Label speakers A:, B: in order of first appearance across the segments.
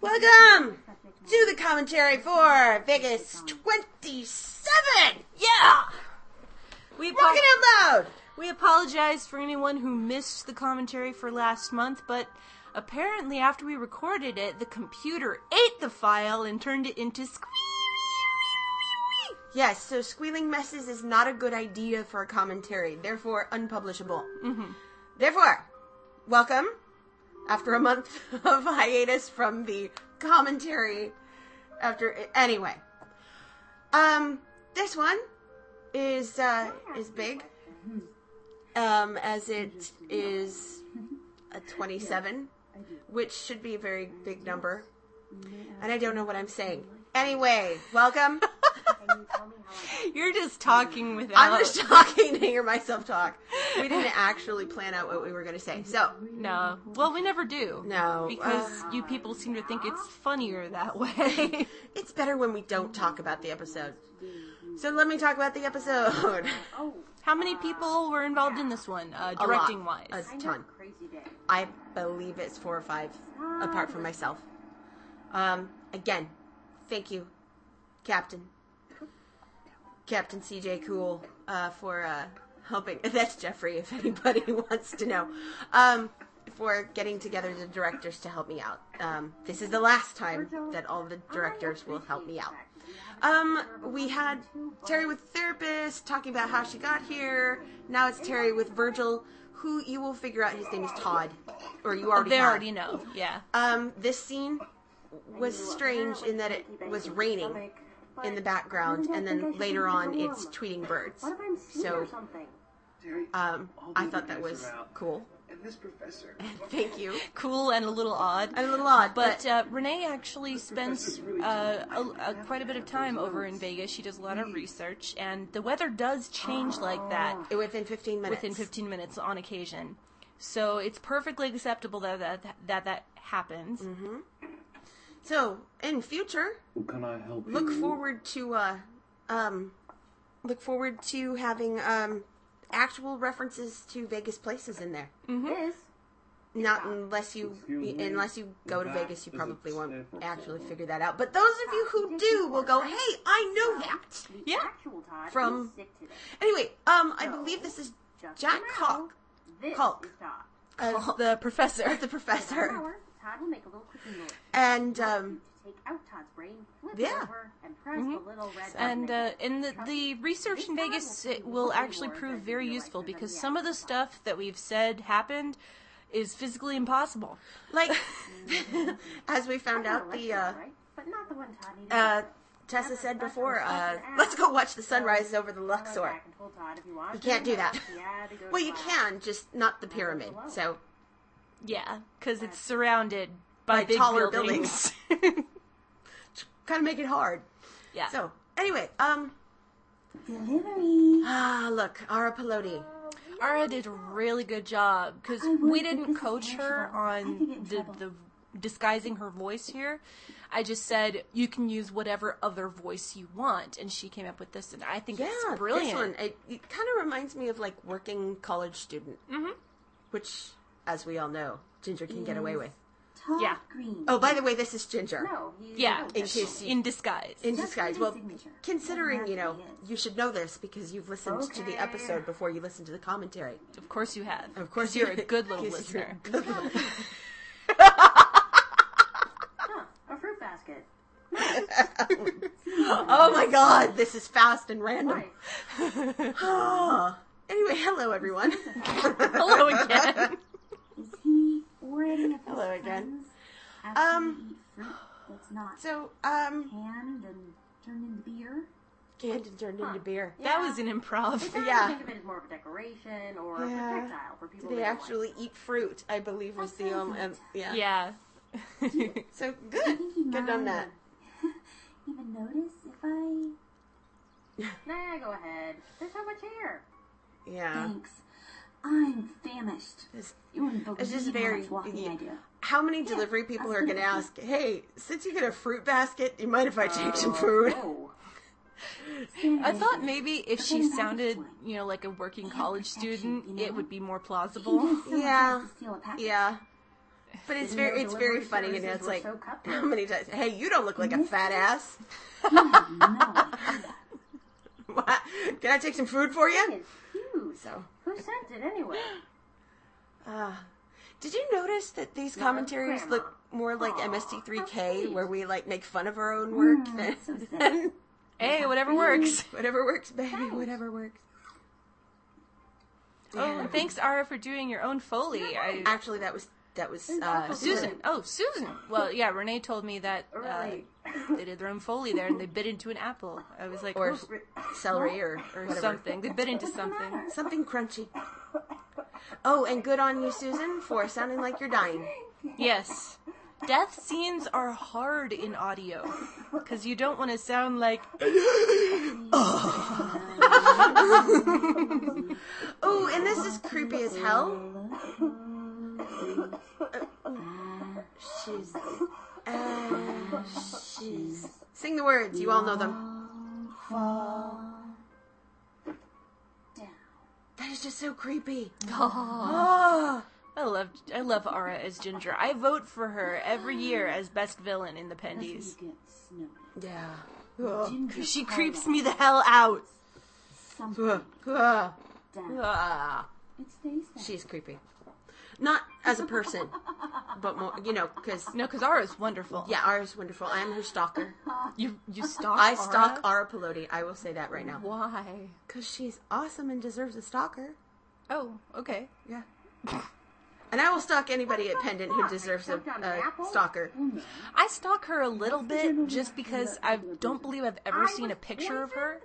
A: Welcome to the commentary for Vegas 27. Yeah,
B: We, apo-
A: talking out loud.
B: we apologize for anyone who missed the commentary for last month, but apparently after we recorded it, the computer ate the file and turned it into squee.
A: Yes, so squealing messes is not a good idea for a commentary, therefore unpublishable. Therefore, welcome after a month of hiatus from the commentary. After anyway, um, this one is uh, is big, um, as it is a twenty-seven, which should be a very big number, and I don't know what I'm saying. Anyway, welcome.
B: You're just talking without.
A: I'm just talking to hear myself talk. We didn't actually plan out what we were going to say. So,
B: No. Well, we never do.
A: No, uh,
B: Because you people seem to think it's funnier that way.
A: it's better when we don't talk about the episode. So, let me talk about the episode.
B: How many people were involved in this one, uh,
A: A lot.
B: directing wise?
A: A ton. I believe it's four or five, apart from myself. Um, again, thank you, Captain. Captain CJ Cool, uh, for uh, helping. That's Jeffrey, if anybody wants to know. Um, for getting together the directors to help me out. Um, this is the last time that all the directors will help me out. Um, we had Terry with therapist talking about how she got here. Now it's Terry with Virgil, who you will figure out his name is Todd, or you already
B: they
A: have.
B: already know. Yeah.
A: Um, this scene was strange in that it was raining in the background, and then later on it's tweeting birds.
C: What if I'm seen
A: So,
C: or something?
D: Terry,
A: um,
D: all the
A: I thought
D: other
A: that
D: guys
A: was
D: are out.
A: cool.
D: And this professor.
A: Thank you.
B: Cool and a little odd.
A: A little odd,
B: But
A: but
B: uh, Renee actually spends uh, a, a, quite a bit of time over in Vegas. She does a lot of research, and the weather does change like that
A: within 15 minutes.
B: within 15 minutes on occasion. So it's perfectly acceptable that that that, that happens.
A: So, in future,
D: Can I help
A: look
E: Mm-hmm.
A: forward to uh um look forward to having um actual references to Vegas places in there.
C: This
A: Not unless you
D: Excuse me,
A: unless you go to
D: that
A: Vegas you
D: is a
A: probably won't
D: step or
A: actually
D: something.
A: figure that out. But those of you who do will go, "Hey, I know that."
B: Yeah.
C: actual Todd
A: From-
C: is sick today.
A: Anyway, um I believe this is
C: Just
A: Jack
C: an hour.
A: Cock
C: This
A: Cock.
C: is Todd.
A: as
B: The professor.
A: as the
C: In an
A: professor
C: hour, Todd will make a little cooking noise.
A: and
C: To
A: um
C: take out Todd's brain, flip
A: Yeah. Mm-hmm.
C: it over, and press the little red
B: and
C: button
B: uh,
C: again.
B: and the, the research in Vegas it will actually prove very useful because some of the stuff that we've said happened is physically impossible.
A: like as we found out
C: Not a
A: the uh
C: restaurant, right? But not the one Todd needed.
A: uh Tessa said before, uh, let's go watch the sunrise over the
C: Go
A: Luxor.
C: back and told Todd if you want.
A: You can't do that.
C: Yeah, to go to
A: Well, you
C: class.
A: can, just not the pyramid. So,
B: Yeah, because it's surrounded by,
A: By
B: big
A: taller
B: buildings.
A: kind of make it hard.
B: yeah.
A: So, anyway, um,
C: Delivery.
A: ah, look, Ara Pelodi.
B: Ara did a really good job because we didn't coach her on the, the disguising her voice here. I just said you can use whatever other voice you want, and she came up with this, and I think
A: Yeah,
B: it's brilliant.
A: This one, it, it kind of reminds me of like working college student, mm-hmm. which, as we all know, Ginger can get away with.
C: Todd
B: Yeah.
C: Green.
A: Oh, by the way, this is Ginger
C: No, he's
B: Yeah,
C: no,
A: in case you,
B: in disguise.
A: in
C: Just
A: disguise.
C: his
A: Well,
C: signature.
A: considering you know,
C: Doesn't have to be his.
A: you should know this because you've listened to the
C: Okay.
A: episode before you listened to the commentary.
B: Of course you have.
A: Of course,
B: 'Cause you're a good little
A: 'cause you're a
B: listener.
A: good little
C: Huh, a fruit basket.
A: Oh my god, this is fast and random. Ah.
C: Right.
A: Anyway, hello everyone.
B: Hello again.
C: Is he already at
A: Hello again.
C: Um, fruit that's not
A: So, um,
C: canned and turned into beer.
A: Camden turned into beer.
B: That was an improv.
C: I
A: yeah.
C: think of it as more of a decoration or
A: Yeah.
C: a projectile for people.
A: They
C: that don't
A: actually eat fruit, I believe, was the um, and, yeah.
B: Yeah.
A: So
C: Like.
A: good,
C: I think he
A: good
C: might
A: on that.
C: Even notice if I. nah, go ahead. There's so much here.
A: Yeah.
C: Thanks. I'm famished.
A: It's-
C: You wouldn't believe
A: It's just
C: how
A: very.
C: much walking
A: yeah.
C: I do.
A: How many delivery people
C: that's
A: are going
C: good.
A: to ask? Hey, since you get a fruit basket, do you mind if I take some food?
C: Oh.
B: I thought maybe if she
C: then that
B: sounded,
C: was one.
B: you know, like a working college
C: perfection,
B: student,
C: you know?
B: it would be more plausible.
A: Yeah.
C: To steal a package.
A: Yeah. But it's
C: Didn't
A: very
C: know
A: it's very
C: delivery
A: funny, and
C: services
A: it's
C: were
A: like
C: so cutthroat.
A: how many times? Hey, you don't look like a fat ass.
C: You have no idea.
A: What? Can I take some food for you?
C: It's huge.
A: So,
C: Who sent it anyway?
A: uh, did you notice that these commentaries
C: Grandma.
A: look more like
C: Aw, how
A: MST3K,
C: sweet.
A: where we like make fun of our own work
C: Mm,
A: than,
C: that's so sad.
A: than
B: Hey, whatever works.
A: whatever works, baby,
C: Thanks.
A: whatever works.
B: Oh, and thanks, Ara, for doing your own Foley. I,
A: Actually, that was that was uh,
C: awful.
B: Susan. Oh, Susan. Well, yeah, Renee told me that uh,
C: Right.
B: they did their own Foley there and they bit into an apple. I was like,
A: or
B: "Ooh,"
A: celery or
B: or
A: whatever.
B: something. They bit into something.
A: Something crunchy. Oh, and good on you, Susan, for sounding like you're dying.
B: Yes. Death scenes are hard in audio because you don't want to sound like.
A: Oh, and this is creepy as hell. She's. Uh, she's. Sing the words. You all know them. That is just so creepy. Oh.
B: I love I love Ara as Ginger. I vote for her every year as best villain in the Pendies.
A: Yeah.
B: Cause she creeps me the hell out.
A: Uh,
C: Something
A: uh,
C: down.
A: uh.
C: It stays there.
A: She's creepy. Not as a person, but more, you know, because.
B: No, because Ara's wonderful.
A: Yeah, Ara's wonderful. I am her stalker.
B: You you stalk.
A: I stalk Ara
B: Ara.
A: Pelodi. I will say that right now.
B: Why?
A: Because she's awesome and deserves a stalker.
B: Oh, okay.
A: Yeah. And I will stalk anybody at Pendant who deserves a,
C: Stepped on an
A: a
C: apple?
A: stalker.
B: I stalk her a little bit just because I don't believe I've ever seen a picture of her,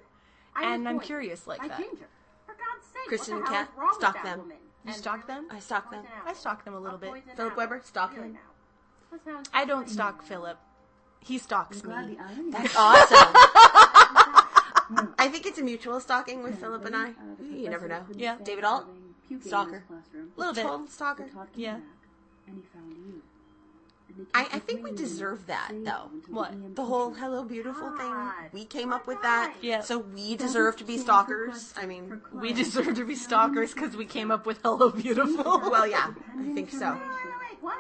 B: and I'm curious like
C: I
B: that.
C: Ginger. For God's sake,
A: Kristen
C: what
A: and
C: the hell
A: Kat,
C: is wrong with
A: stalk
C: that
A: them.
C: Woman?
B: You stalk them?
A: I stalk them.
B: I stalk them a little bit.
A: Philip Weber, stalk him.
B: I don't stalk Philip. He stalks me.
A: That's awesome. I think it's a mutual stalking with Philip and I. You never know.
B: Yeah.
A: David Alt, stalker.
B: A little bit.
A: Total stalker.
B: Yeah.
A: I, I think we deserve that, though.
B: What?
A: The whole hello beautiful thing.
C: God.
A: We came up with that.
B: Yeah.
A: So we deserve to be stalkers. I mean,
B: We deserve to be stalkers because we came up with Hello Beautiful.
A: well, yeah. I think so.
C: Wait, what?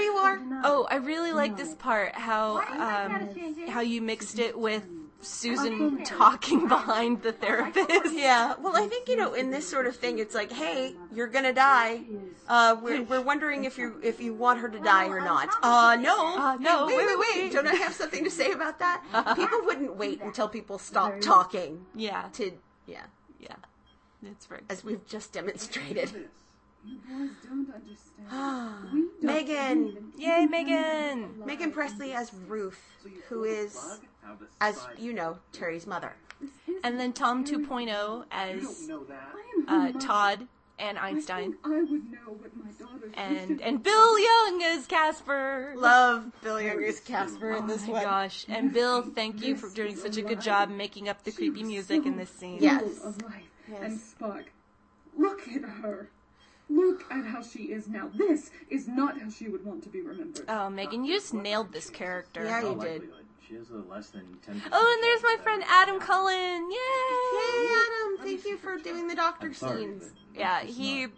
A: you are.
B: Oh, I really like this part how
C: Why do you like that it's
B: um,
C: changing?
B: how you mixed it with Susan talking behind the therapist.
A: Yeah, well, I think you know, in this sort of thing, it's like, hey, you're gonna die. Uh, we're, we're wondering if you if you want her to die or not. Uh, no,
B: Uh, no,
A: Wait,
B: wait,
A: wait, wait. Don't I have something to say about that? People wouldn't wait until people stop talking
B: Yeah,
A: to yeah,
B: yeah, that's very.
A: as we've just demonstrated.
F: You boys don't understand. We don't
A: Megan.
F: believe in
B: Ah, Yay,
F: any
B: Megan!
F: kind of
A: Megan
F: lie.
A: Presley as Ruth, who is as you know Terry's mother.
F: This is-
B: And then Tom 2.0
D: don't
B: as
D: know that.
F: I am
B: uh,
F: her
B: Todd and
F: mother. I
B: Einstein,
F: think I would know what my daughter
B: and and Bill Young as Casper.
A: Love Bill Younger's Casper in
B: Oh my gosh! And Bill, thank you for doing such a good job making up the creepy music in this scene.
A: Yeah.
F: Yes. Of life and spark. Look at her. Look at how she is now. This is not how she would want to be remembered.
B: Oh, Megan, you just nailed this character.
A: Yeah, you
E: all
A: did.
E: likelihood. She has a less than 10
B: Oh, and there's my friend Adam Cullen. Yay!
A: Hey Adam, thank you for doing the doctor
E: I'm sorry,
A: scenes.
E: but
B: Yeah,
E: it's
B: he
E: not.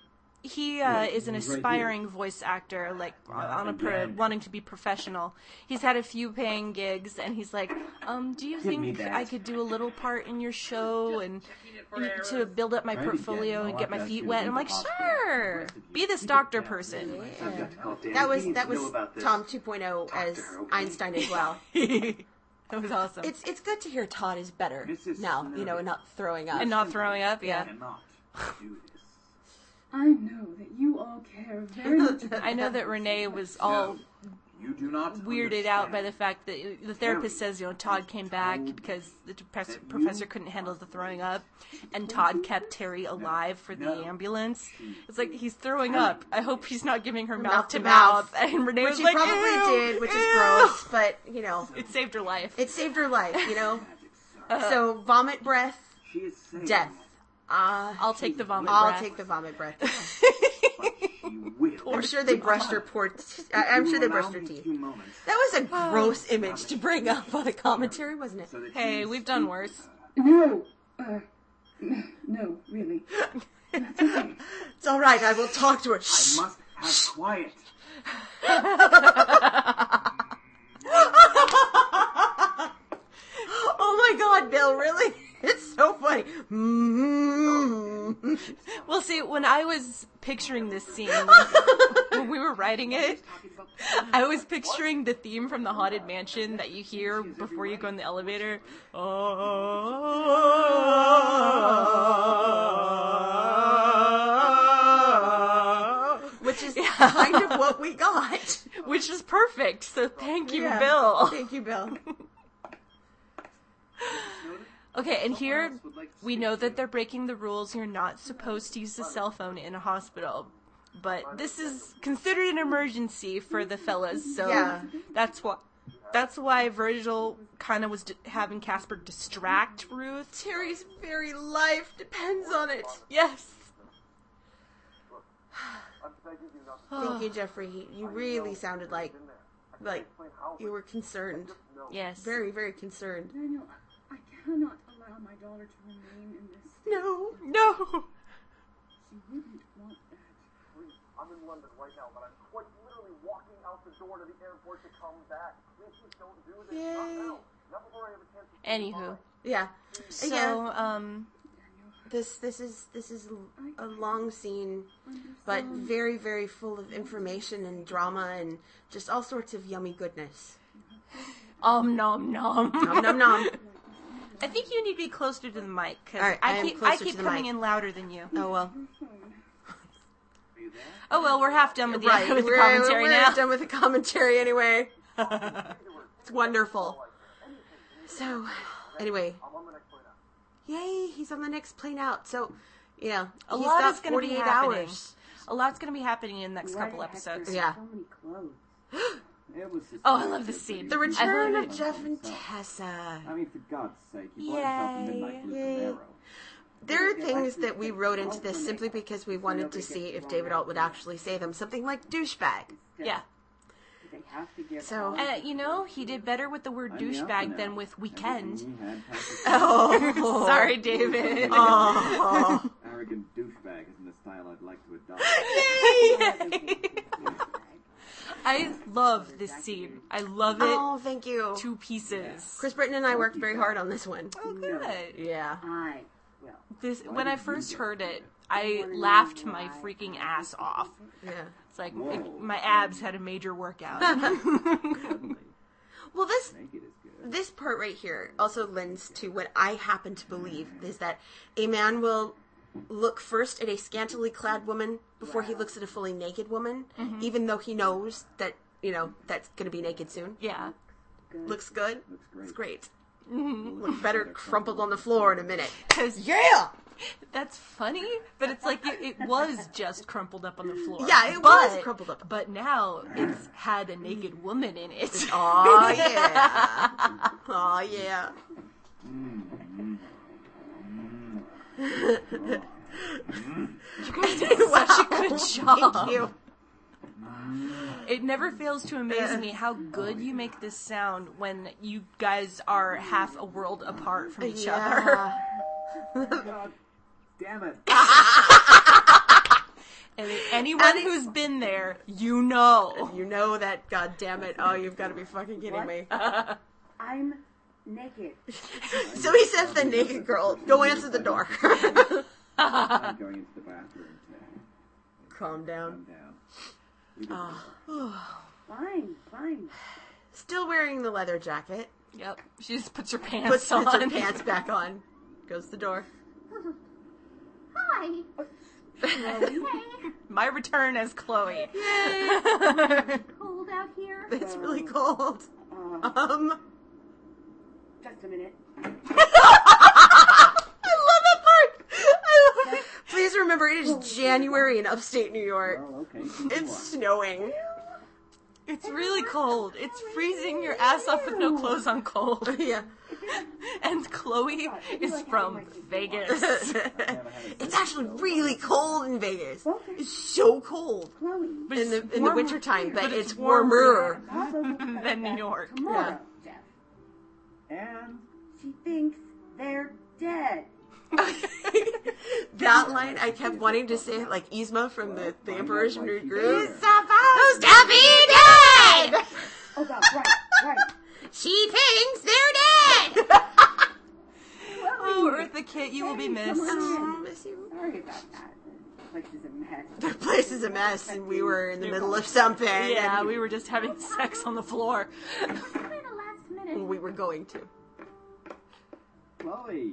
B: he uh,
E: Yeah,
B: is an
E: he's right here.
B: aspiring voice actor, like on a pro,
E: again.
B: wanting to be professional. He's had a few paying gigs, and he's like, um, "Do you
E: me
B: think
E: that.
B: I could do a little part in your show and and to build up my
E: Try it again.
B: portfolio and
E: I'll
B: get my
E: have to
B: feet
E: ask
B: wet?"
E: you
B: I'm like,
E: to leave the hospital. The
B: "Sure,
E: rest of you-
B: be this doctor person."
E: I've got to call Danny.
A: That was
D: He needs
A: that
D: to
A: was
D: know about this.
A: Tom 2.0 as
D: her, okay?
A: Einstein as well.
B: that was awesome.
A: It's it's good to hear Todd is better
D: Mrs.
A: now, you know, and not throwing up.
B: and not throwing up, yeah.
D: Cannot do this.
F: I know that you all care very much about
B: I know that Renee was all
D: No, you do not
B: weirded out by the fact that the therapist says, you know, Todd came back because the depress- professor couldn't handle the throwing up, and Todd kept Terry alive for the ambulance.
A: Hmm.
B: It's like he's throwing up. I hope he's not giving her mouth to mouth. And Renee
A: which
B: was
A: he
B: like,
A: probably
B: "Ew,
A: did, which
B: ew."
A: is gross, but you know,
B: It saved her life.
A: it saved her life, you know. so vomit breath,
D: She is saying
A: death. Uh,
B: I'll take the vomit
A: I'll
B: breath.
A: take the vomit breath.
D: But she will.
A: I'm sure they brushed her poor. T- I- I'm sure they brushed her teeth.
D: Few moments
A: That was a gross image to bring up on a commentary, wasn't it?
D: so that
B: hey,
D: she's-
B: we've done worse.
F: No. Uh, no, really.
A: It's all right. I will talk to her.
D: I
A: Shh.
D: must have quiet.
A: oh my god, Bill, really? It's so funny. Mm.
B: Well, see, when I was picturing this scene, when- when we were writing it, I was picturing the theme from the Haunted Mansion that you hear before you go in the elevator.
A: Which is kind of what we got.
B: Which is perfect. So thank you,
A: Yeah.
B: Bill.
A: Thank you, Bill.
B: Okay, and here we know that they're breaking the rules. You're not supposed to use the cell phone in a hospital. But this is considered an emergency for the fellas, so
A: Yeah.
B: that's why that's why Virgil kind of was d- having Casper distract Ruth.
A: Terry's very life depends on it.
B: Yes.
A: Thank you, Jeffrey. You really sounded like, like you were concerned,
B: Yes.
A: very, very concerned.
F: Daniel, I cannot allow my daughter to remain in this.
A: No,
B: No.
F: She wouldn't want that.
G: I'm in London right now, but I'm quite literally walking out the door to the airport to come back. Please just don't do this. Not
A: Yay.
G: now. Not before I have a chance to
B: Anywho,
A: yeah.
B: so um,
A: This, this is, this is a long scene, but very, very full of information and drama and just all sorts of yummy goodness.
B: om nom nom.
A: Nom nom nom.
B: I think you need to be closer to the mic because
A: All right, I
B: I,
A: am
B: keep I
A: closer
B: keep
A: to the
B: coming
A: mic.
B: in louder than you.
A: Oh well.
B: Oh well, we're half done with the,
A: Right.
B: with the
A: we're,
B: commentary
A: we're
B: now.
A: done with the commentary anyway. it's wonderful. So, anyway. Yay, he's on the next plane out. So, you know,
B: A
A: he's
B: lot
A: got
B: is gonna be
A: 48
B: happening.
A: hours.
B: A lot's going to be happening in the next couple episodes.
A: Yeah.
B: Oh, I love this scene.
A: The return
B: I love
A: of
B: it.
A: Jeff and Tessa.
E: I mean, for God's sake, you bought yourself a midnight blue
A: Yay.
E: Camaro.
A: There are things that we wrote into this simply because we wanted to see if David Alt would actually say them. Something like douchebag.
B: Yeah.
A: So,
B: Uh, you know, he did better with the word
E: I'm the alpha
B: douchebag
E: now.
B: than with weekend.
E: Everything we had passes-
A: oh,
B: Sorry, David.
A: Oh.
E: Arrogant douchebag isn't a style I'd like to adopt.
B: I love this scene. I love it
A: oh, thank you.
B: two pieces.
A: Chris Britton and I worked very hard on this one.
B: Oh, good.
A: Yeah.
C: I will.
B: This when I first heard it, I laughed my freaking ass off.
A: Yeah.
B: It's like
E: Whoa.
B: it- my abs had a major workout.
E: Suddenly,
A: Well, this
E: naked is good.
A: this part right here also lends to what I happen to believe is that a man will look first at a scantily clad woman before he looks at a fully naked woman,
B: Mm-hmm.
A: even though he knows that you know that's going to be naked soon.
B: yeah.
A: Looks good.
E: Looks great.
A: It's great.
B: Mm-hmm.
A: Look better crumpled on the floor in a minute.
B: 'Cause
A: Yeah.
B: That's funny, but it's like it, it was just crumpled up on the floor.
A: Yeah, it
B: but,
A: was crumpled up.
B: But now it's had a naked woman in it.
A: Oh yeah. Oh yeah.
B: You guys did such a good job.
A: Thank you.
B: It never fails to amaze me how good you make this sound when you guys are half a world apart from each other.
A: Yeah.
E: Oh, God damn it.
B: Ah. And anyone who's been there, you know.
A: You know that, god damn it. Oh, you've got to be fucking kidding
C: What?
A: me.
C: I'm naked.
A: So he says the naked girl, go answer the door.
E: I'm going into the bathroom to
A: Calm down.
E: calm down. You can
B: Ah.
E: do that.
C: Fine, fine.
A: Still wearing the leather jacket,
B: Yep. She just puts her pants
A: puts,
B: on.
A: puts her pants back on, goes to the door.
C: Hi. Hey,
B: My return as Chloe.
C: cold out here.
A: It's really cold.
B: Uh.
A: Um,
C: Just a minute.
A: I love that part. I love it. Please remember, it is January in upstate New York.
E: Well, okay. keep
A: It's
E: going.
A: snowing.
B: It's really cold. It's freezing your ass off with no clothes on cold.
A: Yeah.
B: And Chloe is from Vegas.
A: It's actually really cold in Vegas.
C: Okay.
A: It's so cold
C: Chloe.
A: in the in the
B: warmer
A: wintertime, but,
B: but
A: it's
B: it's
A: warmer.
C: Also looks like
B: Than New
C: that
B: York.
C: Tomorrow, Jeff.
E: And
C: She thinks they're dead.
A: That line I kept wanting to say, like Yzma from the, the Emperor's New Groove.
E: He's
A: Who's Daffy dead!
F: Oh god, right, right.
A: She thinks they're dead!
B: Oh, Eartha Kit, you will be missed.
A: Oh, miss you.
C: Sorry about that. This place is a mess.
A: The place is a mess, and we were in the middle of something.
B: Yeah, we were just having sex on the floor.
C: Kind of last minute.
A: We were going to.
E: Chloe,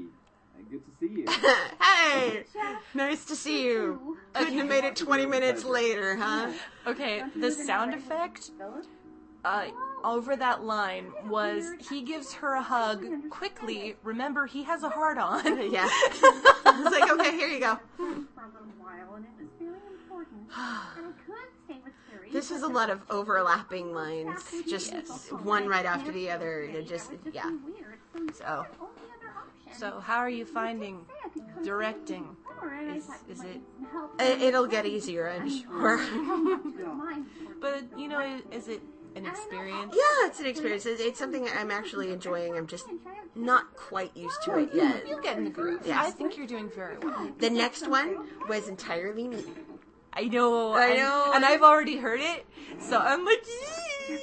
E: uh, good to see you.
A: hey! Nice to see you.
C: Ooh,
A: Couldn't have made it 20 minutes later, huh?
B: Okay, the sound effect
C: Philip?
B: uh, over that line was he gives her a hug quickly. Remember, he has a heart on.
A: Yeah. I was like, okay, here you go.
C: For a little while, and it was very important. and I could stay with Carrie.
A: This was a lot of overlapping lines, just one right after the other. It just, yeah. So.
B: So, how are you finding directing? Is, is it?
A: It- It'll get easier, I'm sure.
B: But you know, is it an experience?
A: yeah, it's an experience. It's, it's something I'm actually enjoying. I'm just not quite used to it yet.
B: You get in the groove. I
A: Yes.
B: think you're doing very well.
A: The next one was entirely me.
B: I know.
A: I
B: and-
A: know.
B: and I've already heard it, so I'm like. "Yee."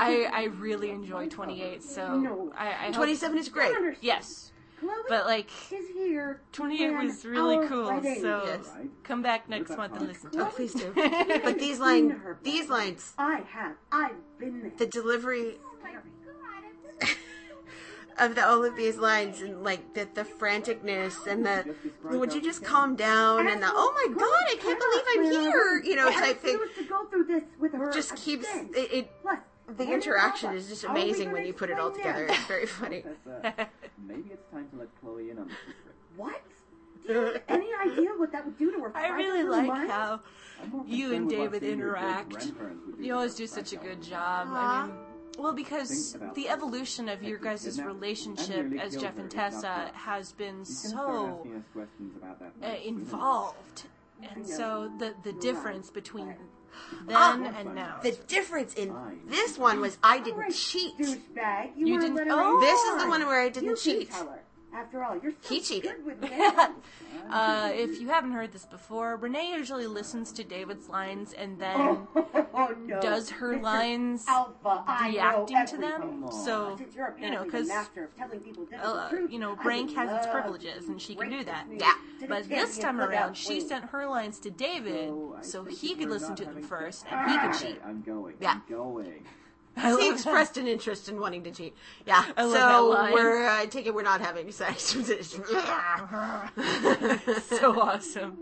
B: I I really enjoy 28, so I, I hope,
A: 27 is great.
B: yes,
C: Chloe
B: but like
C: is here.
B: 28
C: and
B: was really
C: our
B: cool.
C: wedding.
B: So
A: Yes.
E: Right?
B: come back next month and listen. to
A: Oh,
B: it.
A: please do. But these lines, these lines,
C: I have. I've been there.
A: the delivery
C: My God, I'm just
A: of the all of these lines and like the, the franticness and the would you just calm down and the oh my god I can't believe I'm here you know type thing
C: to go through this with her.
A: just keeps
C: again.
A: it, it
C: Plus,
A: the interaction is just amazing when you put it all together it's very funny
E: Professor, uh, maybe it's time to let Chloe in on the secret.
C: What? Do you have any idea what that would do to her?
B: I really like how
E: I'm more
B: You
E: concerned
B: and
E: with
B: David
E: what seeing your great
B: interact.
E: grandparents would
B: you
E: to
B: always
E: us
B: do
E: back
B: such a
E: home.
B: good job. I mean, well, because
E: Think about
B: the
E: this.
B: evolution of your
E: If you
B: guys'
E: kidnap-
B: relationship
E: and really
B: as
E: kill
B: Jeff
E: her,
B: and
E: if not
B: Tessa
E: that.
B: has been
E: He's gonna start
B: so
E: asking us questions about that
B: uh,
E: night, isn't he?
B: involved, and so the the difference between
A: Ah,
B: then and now.
A: the difference in this one was I didn't cheat this
C: Douchebag, you,
B: You
C: were a
B: didn't-
C: little-
B: oh.
A: is the one where I
C: You
A: didn't
C: can
A: cheat
C: tell her. After all, you're so
A: He cheated.
C: good with nails.
B: Uh, if you haven't heard this before, Renee usually listens to David's lines and then
C: oh no.
B: does her
C: Mr.
B: lines
C: Alpha, I know
B: reacting to
C: everything.
B: them. So
C: Since you're
B: you
C: apparently
B: know,
C: the
B: because
C: master of telling people different
B: uh,
C: truth,
B: you know,
C: I
B: Brank
C: would
B: has its
C: love
B: privileges
C: to
B: and she
C: break
B: can do that.
C: news
A: Yeah.
C: to the
B: But
C: champion
B: this time
C: cookout
B: around, she
C: queen.
B: sent her lines to David,
C: Oh,
E: So, I
B: so
E: think
B: he
E: if
B: could
E: we're
B: listen
E: not
B: to them
E: having-
B: first, and he could cheat.
E: Okay, I'm going.
A: Yeah.
E: I'm going.
B: I
A: he
B: love that.
A: expressed an interest in wanting to cheat yeah
B: I love that
A: so
B: line.
A: we're uh, I take it we're not having sex
B: so awesome.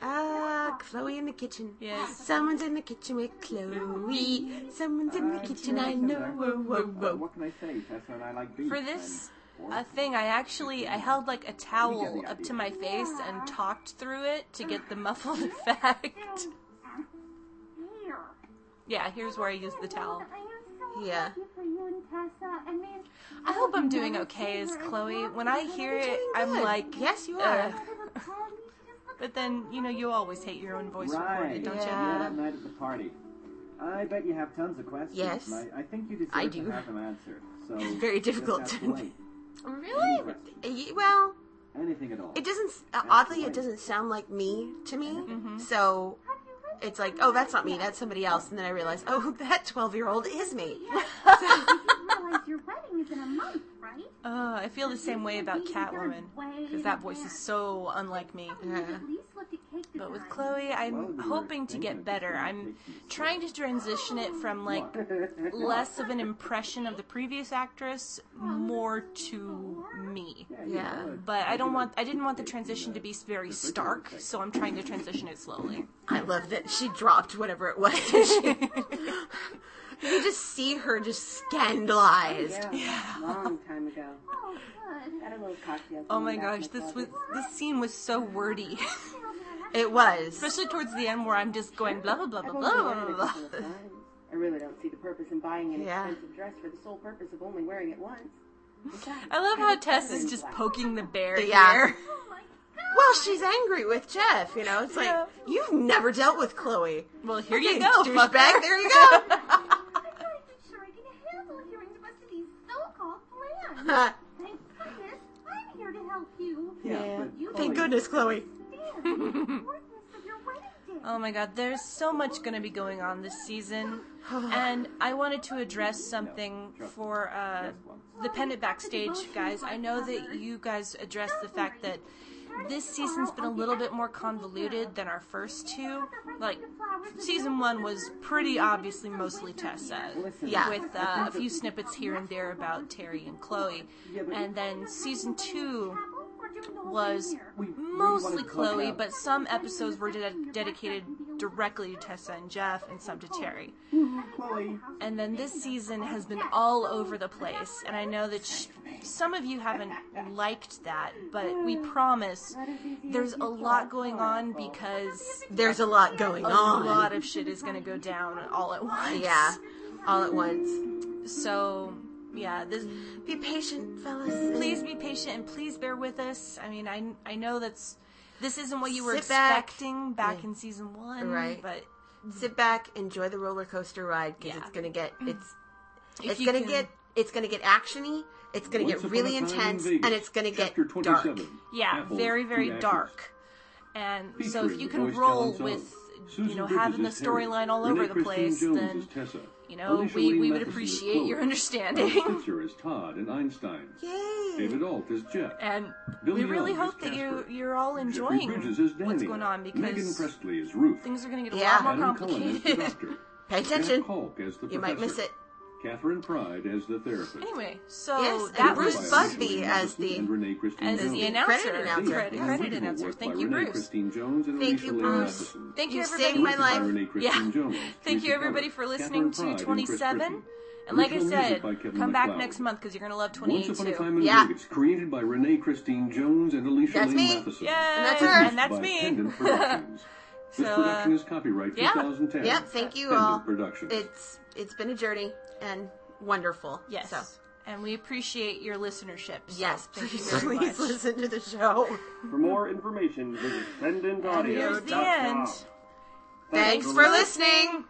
A: Ah, Chloe in the kitchen.
B: Yes.
A: Someone's in the kitchen with Chloe. Someone's in the
E: Uh,
A: kitchen,
E: sure,
A: I
E: can
A: know.
E: learn.
A: Whoa, whoa,
E: Uh,
A: whoa.
E: what can I say? Tessa and I like beef.
B: For this
E: and-
B: uh, thing, I actually I held like a towel up to my face and talked through it to get the muffled effect.
C: Here.
B: Yeah, here's where I used the towel.
C: I am so
A: Yeah.
C: happy for you and Tessa. I mean,
B: I hope I'm doing okay, as Chloe. When I hear it, I'm
A: Good.
B: like,
A: yes, you
B: uh,
A: are.
B: but then you know you always hate your own voice
E: right.
B: recorded, don't
A: Yeah.
B: you?
E: that night at the party. I bet you have tons of questions.
A: Yes.
E: and I, I think you deserve
A: I do.
E: to have them answered. So
A: Very difficult
E: Just have
A: to-
E: to wait.
A: really? Y- Well,
E: Anything at all.
A: it doesn't. Uh, oddly, it doesn't sound like me to me.
B: Mm-hmm.
A: So it's like, oh, that's not me. That's somebody else. And then I realize, oh, that twelve-year-old is me.
C: realize your wedding is in a month, right?
B: Oh, I feel the same way about
C: You've got
B: Catwoman
C: way
B: because
C: to
B: that voice is
C: advance.
B: so unlike me.
C: At least look at cake
B: But with
C: design.
B: Chloe,
E: Well, we
B: I'm
E: were
B: hoping to
E: thinking
B: get
E: of
B: better.
E: different
B: I'm
E: techniques.
B: trying to transition it from like less of an impression of the previous actress more to me.
A: Yeah.
B: But I don't want I didn't want the transition to be very stark, so I'm trying to transition it slowly.
A: I love that she dropped whatever it was. She- you just see her just scandalized.
C: Yeah, long time ago. Had a little cocktail.
B: Oh my gosh, this was this scene was so wordy.
A: It was.
B: Especially towards the end where I'm just going blah blah blah blah blah blah blah. blah.
C: I really don't see the purpose in buying an
A: Yeah.
C: expensive dress for the sole purpose of only wearing it once.
B: I love how Tess is just poking the bear
A: Yeah.
B: here.
A: Well, she's angry with Jeff. You know, it's like
B: Yeah.
A: you've never dealt with Chloe.
B: Well, here you
A: Okay,
B: go,
A: douchebag.
B: fucker.
A: There you go.
C: I'm not even sure I can handle hearing the rest of these so-called plans.
A: Huh.
C: Thank goodness I'm here to help you.
E: Yeah, but
A: Thank goodness, Chloe.
C: Understand the importance of your wedding day.
B: Oh my god, there's so much going to be going on this season. And I wanted to address something for uh, the pennant backstage, guys. I know that you guys addressed the fact that this season's been a little bit more convoluted than our first two. Like, season one was pretty obviously mostly Tessa,
A: Yeah.
B: with uh, a few snippets here and there about Terry and Chloe. And then season two was mostly Chloe, but some episodes were ded- dedicated directly to Tessa and Jeff, and some to Terry.
E: Chloe.
B: And then this season has been all over the place, and I know that sh- some of you haven't liked that, but we promise there's a lot going on because
A: There's a lot going
B: a
A: on.
B: lot of shit is going to go down all at once.
A: yeah, all at once.
B: So, yeah, this.
A: Be patient, fellas.
B: please be patient and please bear with us. I mean, I I know that's this isn't what you were
A: Sit back.
B: expecting back
A: Yeah.
B: in season one,
A: Right.
B: But
A: Sit back, enjoy the roller coaster ride because
B: Yeah.
A: it's gonna get it's
B: if
A: it's
B: you
A: gonna
B: can-
A: get it's gonna get actiony. It's gonna
E: Once
A: get
E: upon
A: really
E: a time in
A: intense,
E: Vegas,
A: and it's gonna
E: Chapter
A: get dark.
E: 27,
B: yeah,
E: Apples,
B: very
E: two
B: very
E: ashes.
B: dark. And so if
E: Featuring
B: you
E: the
B: can
E: voice
B: roll
E: talents of
B: with you
E: Susan
B: know
E: Bridges
B: having the
E: as Harriet,
B: storyline all
E: Renee
B: over the
E: Christine
B: place,
E: Jones
B: then
E: as Tessa,
B: you know,
E: Alicia
B: we-
E: Wayne
B: we would
E: Matheson as
B: appreciate
E: Chloe,
B: your understanding.
E: Al Stitzer as Todd and Einstein.
A: Yay!
E: David Alt as Jeff.
B: and
E: Bill
B: we really
E: Young as
B: hope that you
E: Casper.
B: you're all
E: Jeffrey
B: enjoying
E: Bridges as
B: what's
E: Danny.
B: going on
E: Megan
B: because
E: Presley as Ruth.
B: things are going to get a
A: Yeah.
B: lot more
E: Adam Cullen as the
B: complicated.
E: Doctor.
A: Pay attention.
E: Jack Kalk as the
A: You might miss
E: Professor.
A: it.
E: Catherine Pride as the therapist.
B: anyway, so
A: Yes, and
B: that
A: Bruce
B: was
A: Bud- Busby as the-
E: and Renee Christine
B: as
E: Jones.
B: the
A: Credit
B: announcer,
A: announcer.
B: credit,
A: Yeah.
B: credit
E: Original
B: announcer.
E: work
B: Thank
E: by
B: you,
E: Renee
B: Bruce.
E: Christine Jones and
A: Thank
E: Alicia
A: you,
E: Lane
A: Bruce.
E: Matheson.
B: Thank you,
A: You
B: everybody.
A: saved my
E: Music by
A: life.
E: Renee Christine
B: Yeah.
E: Jones,
B: Thank you,
E: Lisa
B: everybody,
E: Keller,
B: for listening
E: Catherine
B: to
E: Pride, and Chris
B: 27.
E: Griffin.
B: And like I
E: Original music
B: said,
E: by Kevin
B: come back
E: MacLeod.
B: next month because you're going to love
E: Once
B: 28
E: Upon a
B: too.
E: Time in
A: Yeah.
E: Vegas, created by Renee Christine Jones and Alicia
A: That's
E: Lane
A: me.
E: Matheson.
B: Yay!
A: And that's her.
B: And that's
E: by
B: me.
E: Pendant Productions.
B: So,
E: This production
B: uh,
E: is copyright
B: yeah.
E: 2010.
A: Yep, thank you
E: Pendant
A: all.
E: Productions.
A: It's it's been a journey and wonderful.
B: Yes.
A: So
B: And we appreciate your listenership. so
A: yes,
B: thank you
A: please,
B: very
A: please
B: much.
A: listen to the show.
H: For more information, visit
B: And here's the
H: pendantaudio.com.
B: end.
A: Thanks for listening.